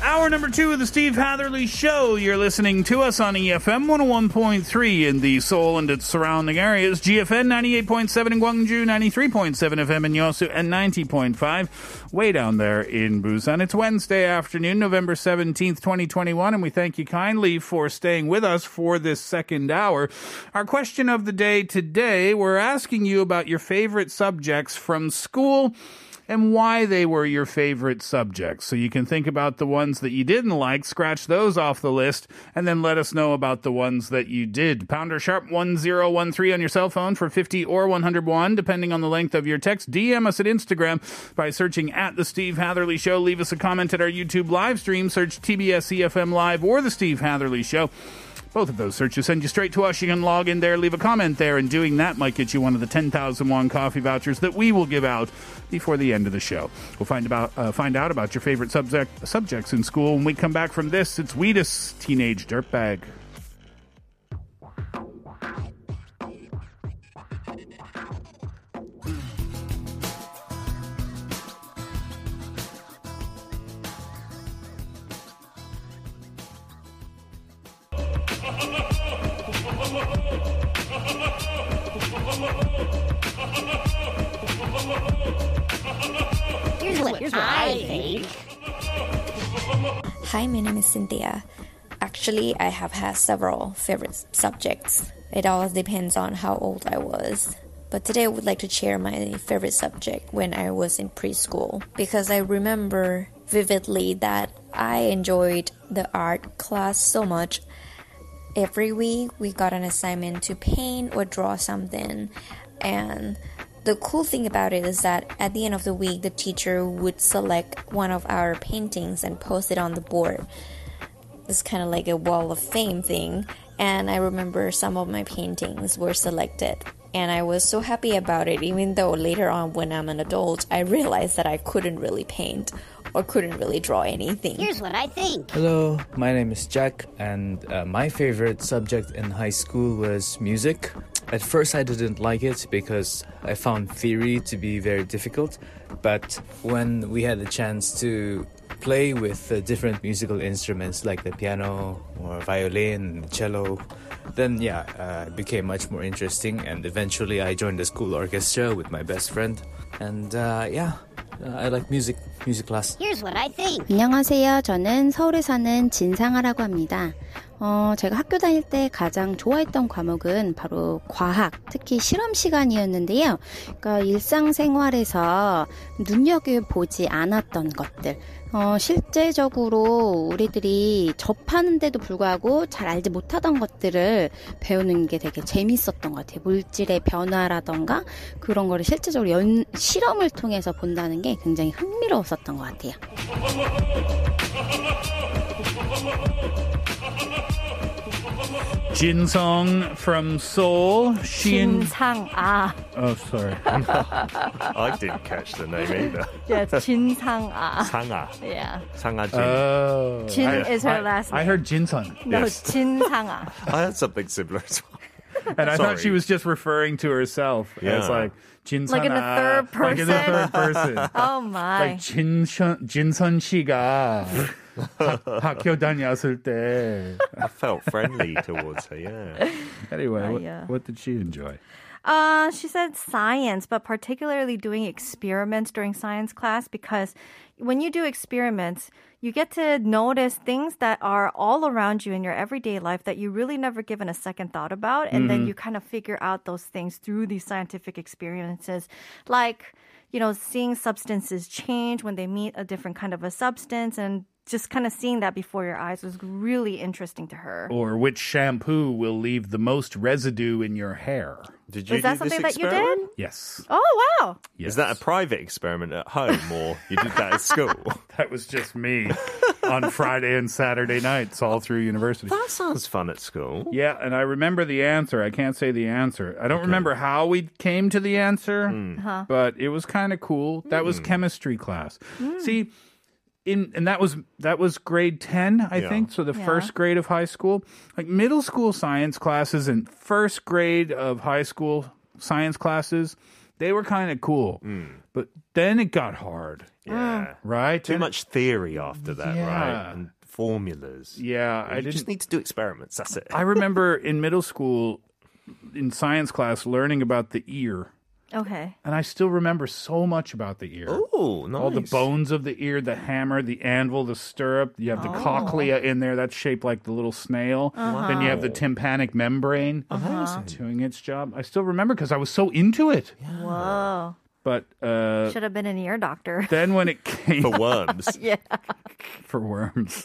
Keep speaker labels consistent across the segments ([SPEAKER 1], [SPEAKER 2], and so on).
[SPEAKER 1] Hour number two of the Steve Hatherley Show. You're listening to us on E EFM 101.3 in the Seoul and its surrounding areas, GFN 98.7 in Gwangju, 93.7 FM in Yosu, and 90.5 way down there in Busan. It's Wednesday afternoon, November 17th, 2021, and we thank you kindly for staying with us for this second hour. Our question of the day today, we're asking you about your favorite subjects from school and why they were your favorite subjects. So you can think about the ones that you didn't like, scratch those off the list, and then let us know about the ones that you did. Pounder sharp 1013 on your cell phone for 50 or 101, depending on the length of your text. DM us at Instagram by searching at The Steve Hatherley Show. Leave us a comment at our YouTube live stream. Search TBS EFM E Live or The Steve Hatherley Show. Both of those searches send you straight to us. You can log in there, leave a comment there, and doing that might get you one of the 10,000 won coffee vouchers that we will give out before the end of the show. We'll find about uh, find out about your favorite subject subjects in school when we come back from this. It's Weedus, teenage dirtbag.
[SPEAKER 2] Hi, my name is Cynthia. Actually, I have had several favorite subjects. It all depends on how old I was. But today I would like to share my favorite subject when I was in preschool because I remember vividly that I enjoyed the art class so much. Every week we got an assignment to paint or draw something and the cool thing about it is that at the end of the week, the teacher would select one of our paintings and post it on the board. It's kind of like a wall of fame thing. And I remember some of my paintings were selected. And I was so happy about it, even though later on, when I'm an adult, I realized that I couldn't really paint or couldn't really draw anything.
[SPEAKER 3] Hello, my name is Jack, and uh, my favorite subject in high school was music. At first, I didn't like it because I found theory to be very difficult, but when we had the chance to play with the different musical instruments like the piano or violin, the cello, then yeah, uh, it became much more interesting, and eventually, I joined the school orchestra with my best friend, and uh, yeah, I like music, music class.
[SPEAKER 4] 안녕하세요. 저는 서울에 사는 진상아라고 합니다. 어, 제가 학교 다닐 때 가장 좋아했던 과목은 바로 과학, 특히 실험 시간이었는데요. 그러니까 일상생활에서 눈여겨보지 않았던 것들. 어, 실제적으로 우리들이 접하는데도 불구하고 잘 알지 못하던 것들을 배우는 게 되게 재밌었던 것 같아요. 물질의 변화라던가 아, 그런 거를 실제적으로 연, 실험을 통해서 본다는 게 굉장히 흥미로웠었던 것 같아요.
[SPEAKER 1] Jin Song from Seoul. Shin.
[SPEAKER 5] 진상아.
[SPEAKER 1] Oh, sorry.
[SPEAKER 6] I didn't catch the name either.
[SPEAKER 5] Yeah, it's 진상아.
[SPEAKER 6] Sanga.
[SPEAKER 5] Yeah.
[SPEAKER 6] Sanga Jin.
[SPEAKER 1] Oh.
[SPEAKER 5] Jin
[SPEAKER 1] I-
[SPEAKER 5] is her
[SPEAKER 1] I-
[SPEAKER 5] last
[SPEAKER 1] I heard Jin Sung.
[SPEAKER 5] No,
[SPEAKER 6] Yes.
[SPEAKER 5] 진상아.
[SPEAKER 6] I had Oh, something similar as well.
[SPEAKER 1] And I thought
[SPEAKER 6] Sorry.
[SPEAKER 1] she was just referring to herself as
[SPEAKER 6] Yeah.
[SPEAKER 1] like Jin
[SPEAKER 5] Like in the
[SPEAKER 1] Sun-ah,
[SPEAKER 5] third
[SPEAKER 1] Like in the third person.
[SPEAKER 5] Oh my.
[SPEAKER 1] like Jin Sun Jin Sun 씨가 학- 학교 다녔을 때.
[SPEAKER 6] I felt friendly towards her, yeah.
[SPEAKER 1] Anyway, what,
[SPEAKER 5] yeah.
[SPEAKER 1] what did she enjoy?
[SPEAKER 4] Uh, she said science, but particularly doing experiments during science class because when you do experiments,
[SPEAKER 7] You get to notice things that are all around you in your everyday life that you really never given a second thought about. And then
[SPEAKER 8] Mhm.
[SPEAKER 7] you kind of figure out those things through these scientific experiences. Like, you know, seeing substances change when they meet a different kind of a substance and just kind of seeing that before your eyes was really interesting to her.
[SPEAKER 1] Or which shampoo will leave the most residue in your hair? Did
[SPEAKER 7] you Was that do this something that you experiment? did?
[SPEAKER 1] Yes.
[SPEAKER 7] Oh, wow.
[SPEAKER 9] Is that a private experiment at home or you did that at school?
[SPEAKER 1] that was just me on Friday and Saturday nights all through university. That
[SPEAKER 9] sounds fun at school.
[SPEAKER 1] Yeah, and I remember the answer. I can't say the answer. I don't remember how we came to the answer,
[SPEAKER 9] Hmm.
[SPEAKER 7] Huh.
[SPEAKER 1] but it was kind of cool. That was chemistry class.
[SPEAKER 9] Hmm.
[SPEAKER 1] See, in and that was that was grade 10, I
[SPEAKER 9] Yeah.
[SPEAKER 1] think, so the
[SPEAKER 9] Yeah.
[SPEAKER 1] first grade of high school. Like middle school science classes and first grade of high school science classes, they were kind of cool. But then it got hard.
[SPEAKER 9] Hmm. Yeah.
[SPEAKER 1] Right?
[SPEAKER 9] Too much theory after that,
[SPEAKER 1] Yeah.
[SPEAKER 9] right? And formulas.
[SPEAKER 1] Yeah, I
[SPEAKER 9] You
[SPEAKER 1] didn't-
[SPEAKER 9] just need to do experiments. That's it.
[SPEAKER 1] I remember in middle school, in science class, learning about the ear.
[SPEAKER 7] Okay.
[SPEAKER 1] And I still remember so much about the ear.
[SPEAKER 9] Oh,
[SPEAKER 1] All the
[SPEAKER 9] nice.
[SPEAKER 1] bones of the ear, the hammer, the anvil, the stirrup. You have the
[SPEAKER 9] Oh.
[SPEAKER 1] cochlea in there that's shaped like the little snail.
[SPEAKER 9] Uh-huh.
[SPEAKER 1] Then you have the tympanic membrane doing its job. I still remember because I was so into it.
[SPEAKER 7] Whoa.
[SPEAKER 1] But uh,
[SPEAKER 7] Should have been an ear doctor.
[SPEAKER 1] then when it came for worms,
[SPEAKER 7] yeah.
[SPEAKER 1] for worms.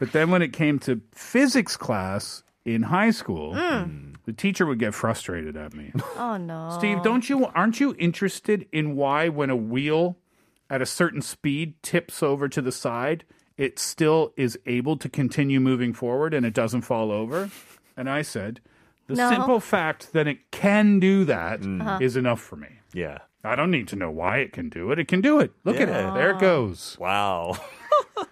[SPEAKER 1] But then when it came to physics class in high school,
[SPEAKER 7] Mm.
[SPEAKER 1] the teacher would get frustrated at me.
[SPEAKER 7] Oh no.
[SPEAKER 1] Steve, don't you aren't you interested in why when a wheel at a certain speed tips over to the side, it still is able to continue moving forward and it doesn't fall over? And I said, the
[SPEAKER 9] No.
[SPEAKER 1] simple fact that it can do that is
[SPEAKER 9] Uh-huh.
[SPEAKER 1] enough for me.
[SPEAKER 9] Yeah.
[SPEAKER 1] I don't need to know why it can do it. It can do it. Look at it. There it goes.
[SPEAKER 9] Wow.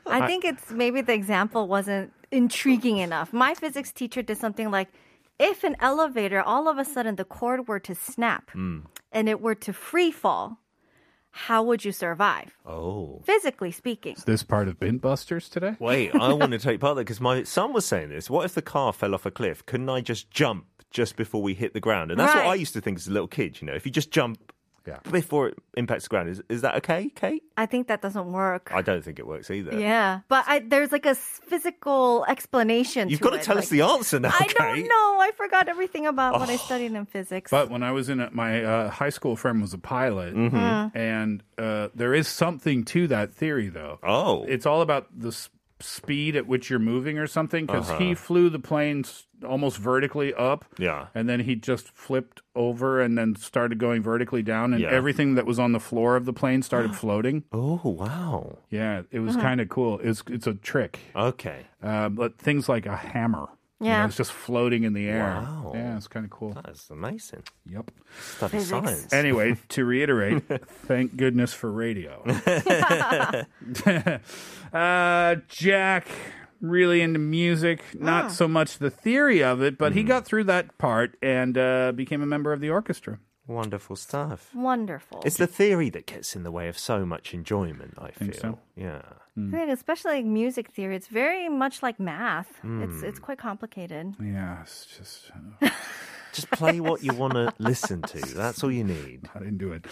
[SPEAKER 7] I think it's maybe the example wasn't intriguing enough. My physics teacher did something like if an elevator all of a sudden the cord were to snap
[SPEAKER 9] Hmm.
[SPEAKER 7] and it were to free fall, how would you survive?
[SPEAKER 9] Oh.
[SPEAKER 7] Physically speaking.
[SPEAKER 1] This part of Bin Busters today?
[SPEAKER 9] Wait, I want to take part of that because my son was saying this. What if the car fell off a cliff? Couldn't I just jump just before we hit the ground? And that's what
[SPEAKER 7] Right.
[SPEAKER 9] I used to think as a little kid, you know, if you just jump before it impacts the ground, is, is that okay, Kate?
[SPEAKER 7] I think that doesn't work.
[SPEAKER 9] I don't think it works either.
[SPEAKER 7] Yeah, but I, there's like a s- physical explanation.
[SPEAKER 9] You've
[SPEAKER 7] to
[SPEAKER 9] got to
[SPEAKER 7] it,
[SPEAKER 9] tell
[SPEAKER 7] like-
[SPEAKER 9] us the answer now,
[SPEAKER 7] I
[SPEAKER 9] Kate.
[SPEAKER 7] don't know. I forgot everything about what I
[SPEAKER 1] Oh.
[SPEAKER 7] studied in physics.
[SPEAKER 1] But when I was in it, my uh, high school friend was a pilot,
[SPEAKER 9] Mm-hmm.
[SPEAKER 7] Mhm. Mm.
[SPEAKER 1] and uh, there is something to that theory, though.
[SPEAKER 9] Oh,
[SPEAKER 1] it's all about the s- speed at which you're moving or something. Because he
[SPEAKER 9] Uh-huh.
[SPEAKER 1] flew the plane s- almost vertically up,
[SPEAKER 9] Yeah.
[SPEAKER 1] and then he just flipped over and then started going vertically down, and
[SPEAKER 9] Yeah.
[SPEAKER 1] everything that was on the floor of the plane started floating.
[SPEAKER 9] Oh wow!
[SPEAKER 1] Yeah, it was
[SPEAKER 7] Mhm.
[SPEAKER 1] kind of cool. It's it's a trick.
[SPEAKER 9] Okay,
[SPEAKER 1] uh, but things like a hammer. you
[SPEAKER 7] Yeah.
[SPEAKER 1] know, it's just floating in the air.
[SPEAKER 9] Wow.
[SPEAKER 1] Yeah, it's kind of cool.
[SPEAKER 9] That's amazing.
[SPEAKER 1] Yep.
[SPEAKER 9] Study science.
[SPEAKER 1] Anyway, to reiterate, thank goodness for radio. uh, Jack, really into music, not
[SPEAKER 9] Ah.
[SPEAKER 1] so much the theory of it, but he got through that part and uh, became a member of the orchestra.
[SPEAKER 9] Wonderful stuff.
[SPEAKER 7] Wonderful.
[SPEAKER 9] It's the theory that gets in the way of so much enjoyment, I
[SPEAKER 1] Think
[SPEAKER 9] feel.
[SPEAKER 1] so?
[SPEAKER 9] Yeah.
[SPEAKER 7] I think especially like music theory, it's very much like math. It's
[SPEAKER 9] Mm.
[SPEAKER 7] it's quite complicated.
[SPEAKER 1] Yeah, it's just.
[SPEAKER 9] Just play what you want to listen to. That's all you need.
[SPEAKER 1] I didn't do it.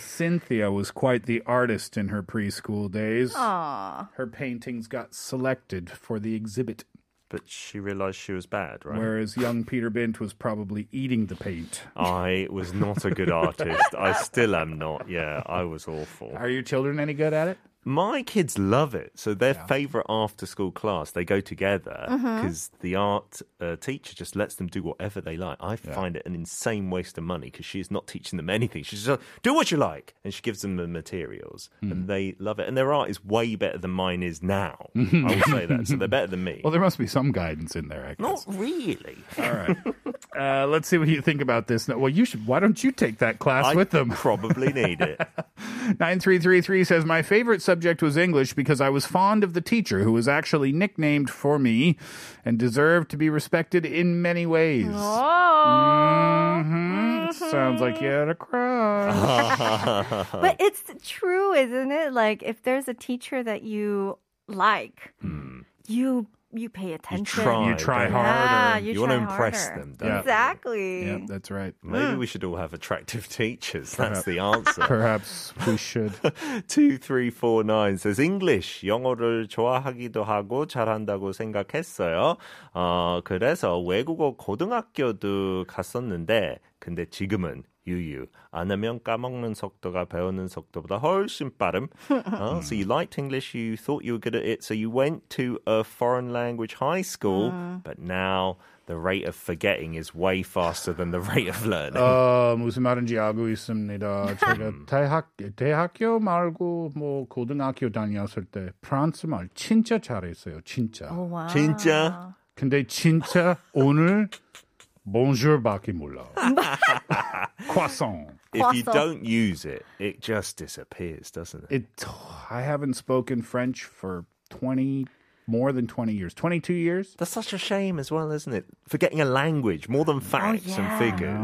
[SPEAKER 1] Cynthia was quite the artist in her preschool days.
[SPEAKER 7] Aww.
[SPEAKER 1] Her paintings got selected for the exhibit.
[SPEAKER 9] But she realised she was bad, right?
[SPEAKER 1] Whereas young Peter Bint was probably eating the paint.
[SPEAKER 9] I was not a good artist. I still am not. Yeah, I was awful.
[SPEAKER 1] Are your children any good at it?
[SPEAKER 9] My kids love it. So their favorite after school class, they go together
[SPEAKER 7] Mm-hmm.
[SPEAKER 1] Mhm.
[SPEAKER 9] because the art uh, teacher just lets them do whatever they like. I find it an insane waste of money because she's not teaching them anything. She's just like, do what you like. And she gives them the materials and they love it. And their art is way better than mine is now. I will say that. So they're better than me.
[SPEAKER 1] Well, there must be some guidance in there, I guess.
[SPEAKER 9] Not really.
[SPEAKER 1] All right. Uh, let's see what you think about this. No, Well, you should. Why don't you take that class with them?
[SPEAKER 9] Probably need it.
[SPEAKER 1] 9333 says My favorite subject was English because I was fond of the teacher who was actually nicknamed for me and deserved to be respected in many ways. Mhm. Sounds like you had a crush.
[SPEAKER 7] But it's true, isn't it? Like if there's a teacher that you like, you you pay attention.
[SPEAKER 9] Hmm. try.
[SPEAKER 1] You try
[SPEAKER 7] Yeah,
[SPEAKER 1] harder.
[SPEAKER 7] Ah, you,
[SPEAKER 9] You
[SPEAKER 7] try
[SPEAKER 9] wanna impress
[SPEAKER 7] harder.
[SPEAKER 9] them, don't you?
[SPEAKER 7] Exactly.
[SPEAKER 1] Yeah, that's right.
[SPEAKER 9] Maybe we should all have attractive teachers. That's
[SPEAKER 1] Perhaps-
[SPEAKER 9] the answer.
[SPEAKER 1] Perhaps we should.
[SPEAKER 9] 2349 says English 영어를 좋아하기도 하고 잘한다고 생각했어요. 어, 그래서 외국어 고등학교도 갔었는데 근데 지금은 유유 안 하면 까먹는 속도가 배우는 속도보다 훨씬 빠름. 어, so you liked English, you thought you were good at it, so you went to a foreign language high school, but now the rate of forgetting is way faster than the rate of learning.
[SPEAKER 1] 어, 무슨 말인지 알고 있습니다. 제가 대학, 대학교 말고 뭐 고등학교 다녔을 때 프랑스 말 진짜 잘했어요. 진짜.
[SPEAKER 7] Oh, wow.
[SPEAKER 9] 진짜
[SPEAKER 1] 근데 진짜 오늘 bonjour밖에 몰라. croissant.
[SPEAKER 9] if you
[SPEAKER 7] Croissant.
[SPEAKER 9] don't use it, it just disappears, doesn't it?
[SPEAKER 1] It, I haven't spoken French for 20, more than 20 years. 22 years?
[SPEAKER 9] That's such a shame as well, isn't it? Forgetting a language more
[SPEAKER 1] Oh,
[SPEAKER 9] than facts and
[SPEAKER 7] yeah.
[SPEAKER 1] No, I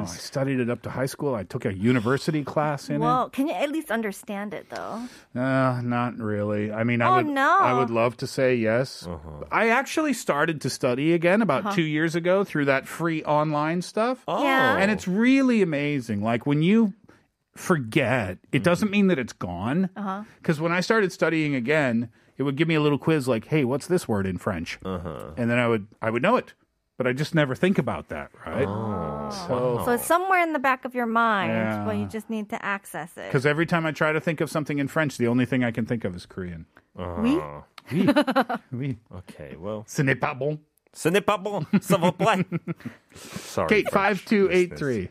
[SPEAKER 9] figures.
[SPEAKER 1] studied it up to high school. I took a university class in
[SPEAKER 7] Well, can you at least understand it though?
[SPEAKER 1] it. Uh, not really. I mean, I
[SPEAKER 7] Oh,
[SPEAKER 1] would
[SPEAKER 7] no.
[SPEAKER 1] I would love to say yes. I actually started to study again about 2 years ago through that free online stuff.
[SPEAKER 7] Uh-huh.
[SPEAKER 9] Oh.
[SPEAKER 7] Yeah.
[SPEAKER 1] And it's really amazing. Like when you forget, it doesn't mean that it's gone.
[SPEAKER 7] Uh-huh.
[SPEAKER 1] Because when I started studying again, it would give me a little quiz like, "Hey, what's this word in French?" Uh-huh. And then I would I would know it, but I just never think about that, right? so
[SPEAKER 7] So it's somewhere in the back of your mind, but you
[SPEAKER 1] Yeah.
[SPEAKER 7] just need to access it.
[SPEAKER 1] because every time I try to think of something in French, the only thing I can think of is Korean.
[SPEAKER 7] we
[SPEAKER 1] Oui. oui.
[SPEAKER 9] Okay, well,
[SPEAKER 1] Ce n'est pas bon.
[SPEAKER 9] ce n'est pas bon, ça va pas. Sorry.
[SPEAKER 1] Kate
[SPEAKER 9] French
[SPEAKER 1] five two eight three.
[SPEAKER 9] listeners.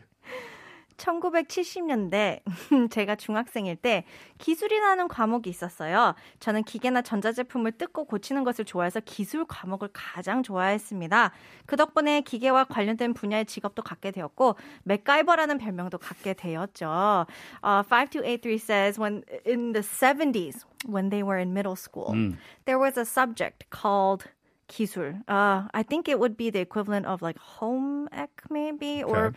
[SPEAKER 7] 1970년대 제가 중학생일 때 기술이라는 과목이 있었어요. 저는 기계나 전자제품을 뜯고 고치는 것을 좋아해서 기술 과목을 가장 좋아했습니다. 그 덕분에 기계와 관련된 분야의 직업도 갖게 되었고 맥가이버라는 별명도 갖게 되었죠. Uh, 5283 says when in the 70s when they were in middle school there was a subject called 기술. Uh, I think it would be the equivalent of like home ec maybe or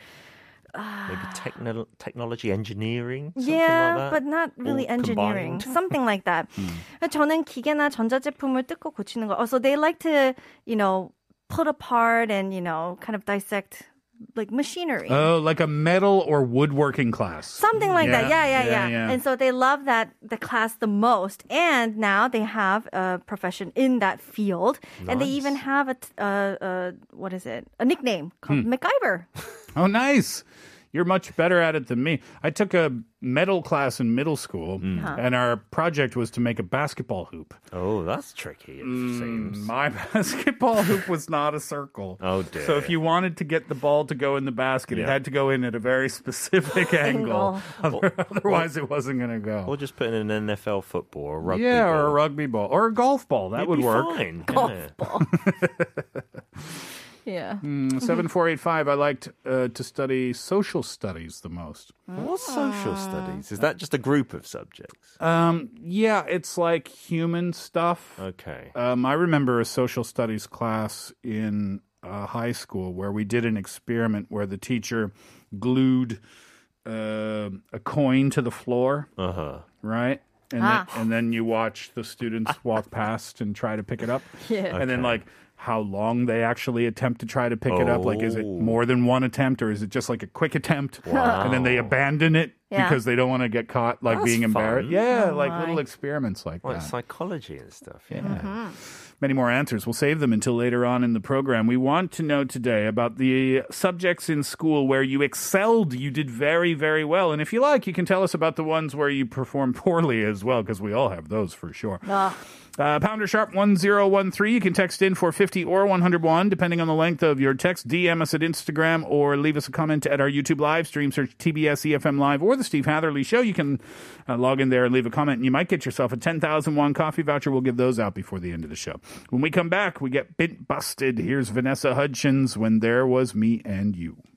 [SPEAKER 9] Maybe techno- technology engineering? something
[SPEAKER 7] Yeah,
[SPEAKER 9] like that?
[SPEAKER 7] but not really
[SPEAKER 9] All
[SPEAKER 7] engineering.
[SPEAKER 9] combined?
[SPEAKER 7] Something like that.
[SPEAKER 9] Hmm.
[SPEAKER 7] Uh, 저는 기계나 전자제품을 뜯고 고치는 거. Also, they like to, you know, put apart and, you know, kind of dissect like machinery.
[SPEAKER 1] Oh, like a metal or woodworking class.
[SPEAKER 7] Something like that. Yeah yeah,
[SPEAKER 1] Yeah,
[SPEAKER 7] yeah,
[SPEAKER 1] yeah, yeah.
[SPEAKER 7] And so they love that the class the most. And now they have a profession in that field. And they
[SPEAKER 9] Nice.
[SPEAKER 7] even have a, t- uh, uh, what is it? A nickname called MacGyver.
[SPEAKER 1] Hmm. Oh, nice. You're much better at it than me. I took a metal class in middle school,
[SPEAKER 7] Hmm.
[SPEAKER 1] and our project was to make a basketball hoop. Mm,
[SPEAKER 9] Oh, that's tricky, it seems.
[SPEAKER 1] My basketball hoop was not a circle.
[SPEAKER 9] Oh, dear.
[SPEAKER 1] So if you wanted to get the ball to go in the basket, it
[SPEAKER 9] Yeah.
[SPEAKER 1] had to go in at a very specific angle. Other- Otherwise, it wasn't going to
[SPEAKER 9] Or
[SPEAKER 1] go.
[SPEAKER 9] just put in an NFL football or rugby.
[SPEAKER 1] Yeah,
[SPEAKER 9] ball.
[SPEAKER 1] or a rugby ball or a golf ball. That would
[SPEAKER 9] You'd be
[SPEAKER 1] work.
[SPEAKER 9] Fine. yeah.
[SPEAKER 7] Yeah.
[SPEAKER 1] Hmm, Seven four eight five. I liked uh, to study social studies the most.
[SPEAKER 9] What's social studies? Is that just a group of subjects?
[SPEAKER 1] Um, yeah, it's like human stuff.
[SPEAKER 9] Okay.
[SPEAKER 1] Um, I remember a social studies class in uh, high school where we did an experiment where the teacher glued uh, a coin to the floor,
[SPEAKER 9] Uh huh.
[SPEAKER 1] right? And,
[SPEAKER 7] Ah.
[SPEAKER 1] then, and then you watch the students walk past and try to pick it up.
[SPEAKER 7] Yeah.
[SPEAKER 1] And then, like, how long they actually attempt to try to pick it up. Like, is it
[SPEAKER 9] Oh.
[SPEAKER 1] more than one attempt or is it just like a quick attempt? And then they abandon it
[SPEAKER 7] Yeah.
[SPEAKER 1] because they don't want to get caught, like,
[SPEAKER 9] That's
[SPEAKER 1] being embarrassed.
[SPEAKER 9] fun.
[SPEAKER 1] Yeah,
[SPEAKER 7] Oh,
[SPEAKER 1] like
[SPEAKER 7] my.
[SPEAKER 1] little experiments like
[SPEAKER 9] Like
[SPEAKER 1] that.
[SPEAKER 9] psychology and stuff. Yeah.
[SPEAKER 1] Many more answers. We'll save them until later on in the program. We want to know today about the subjects in school where you excelled. You did very, very well. And if you like, you can tell us about the ones where you performed poorly as well, because we all have those for sure.
[SPEAKER 7] Ah.
[SPEAKER 1] Uh, pounder sharp 1013. You can text in for 50 or 101, depending on the length of your text. DM us at Instagram or leave us a comment at our YouTube live stream. Search TBS EFM E Live or The Steve Hatherley Show. You can uh, log in there and leave a comment, and you might get yourself a 10,000 won coffee voucher. We'll give those out before the end of the show. When we come back, we get bit busted. Here's Vanessa Hudgens when there was me and you.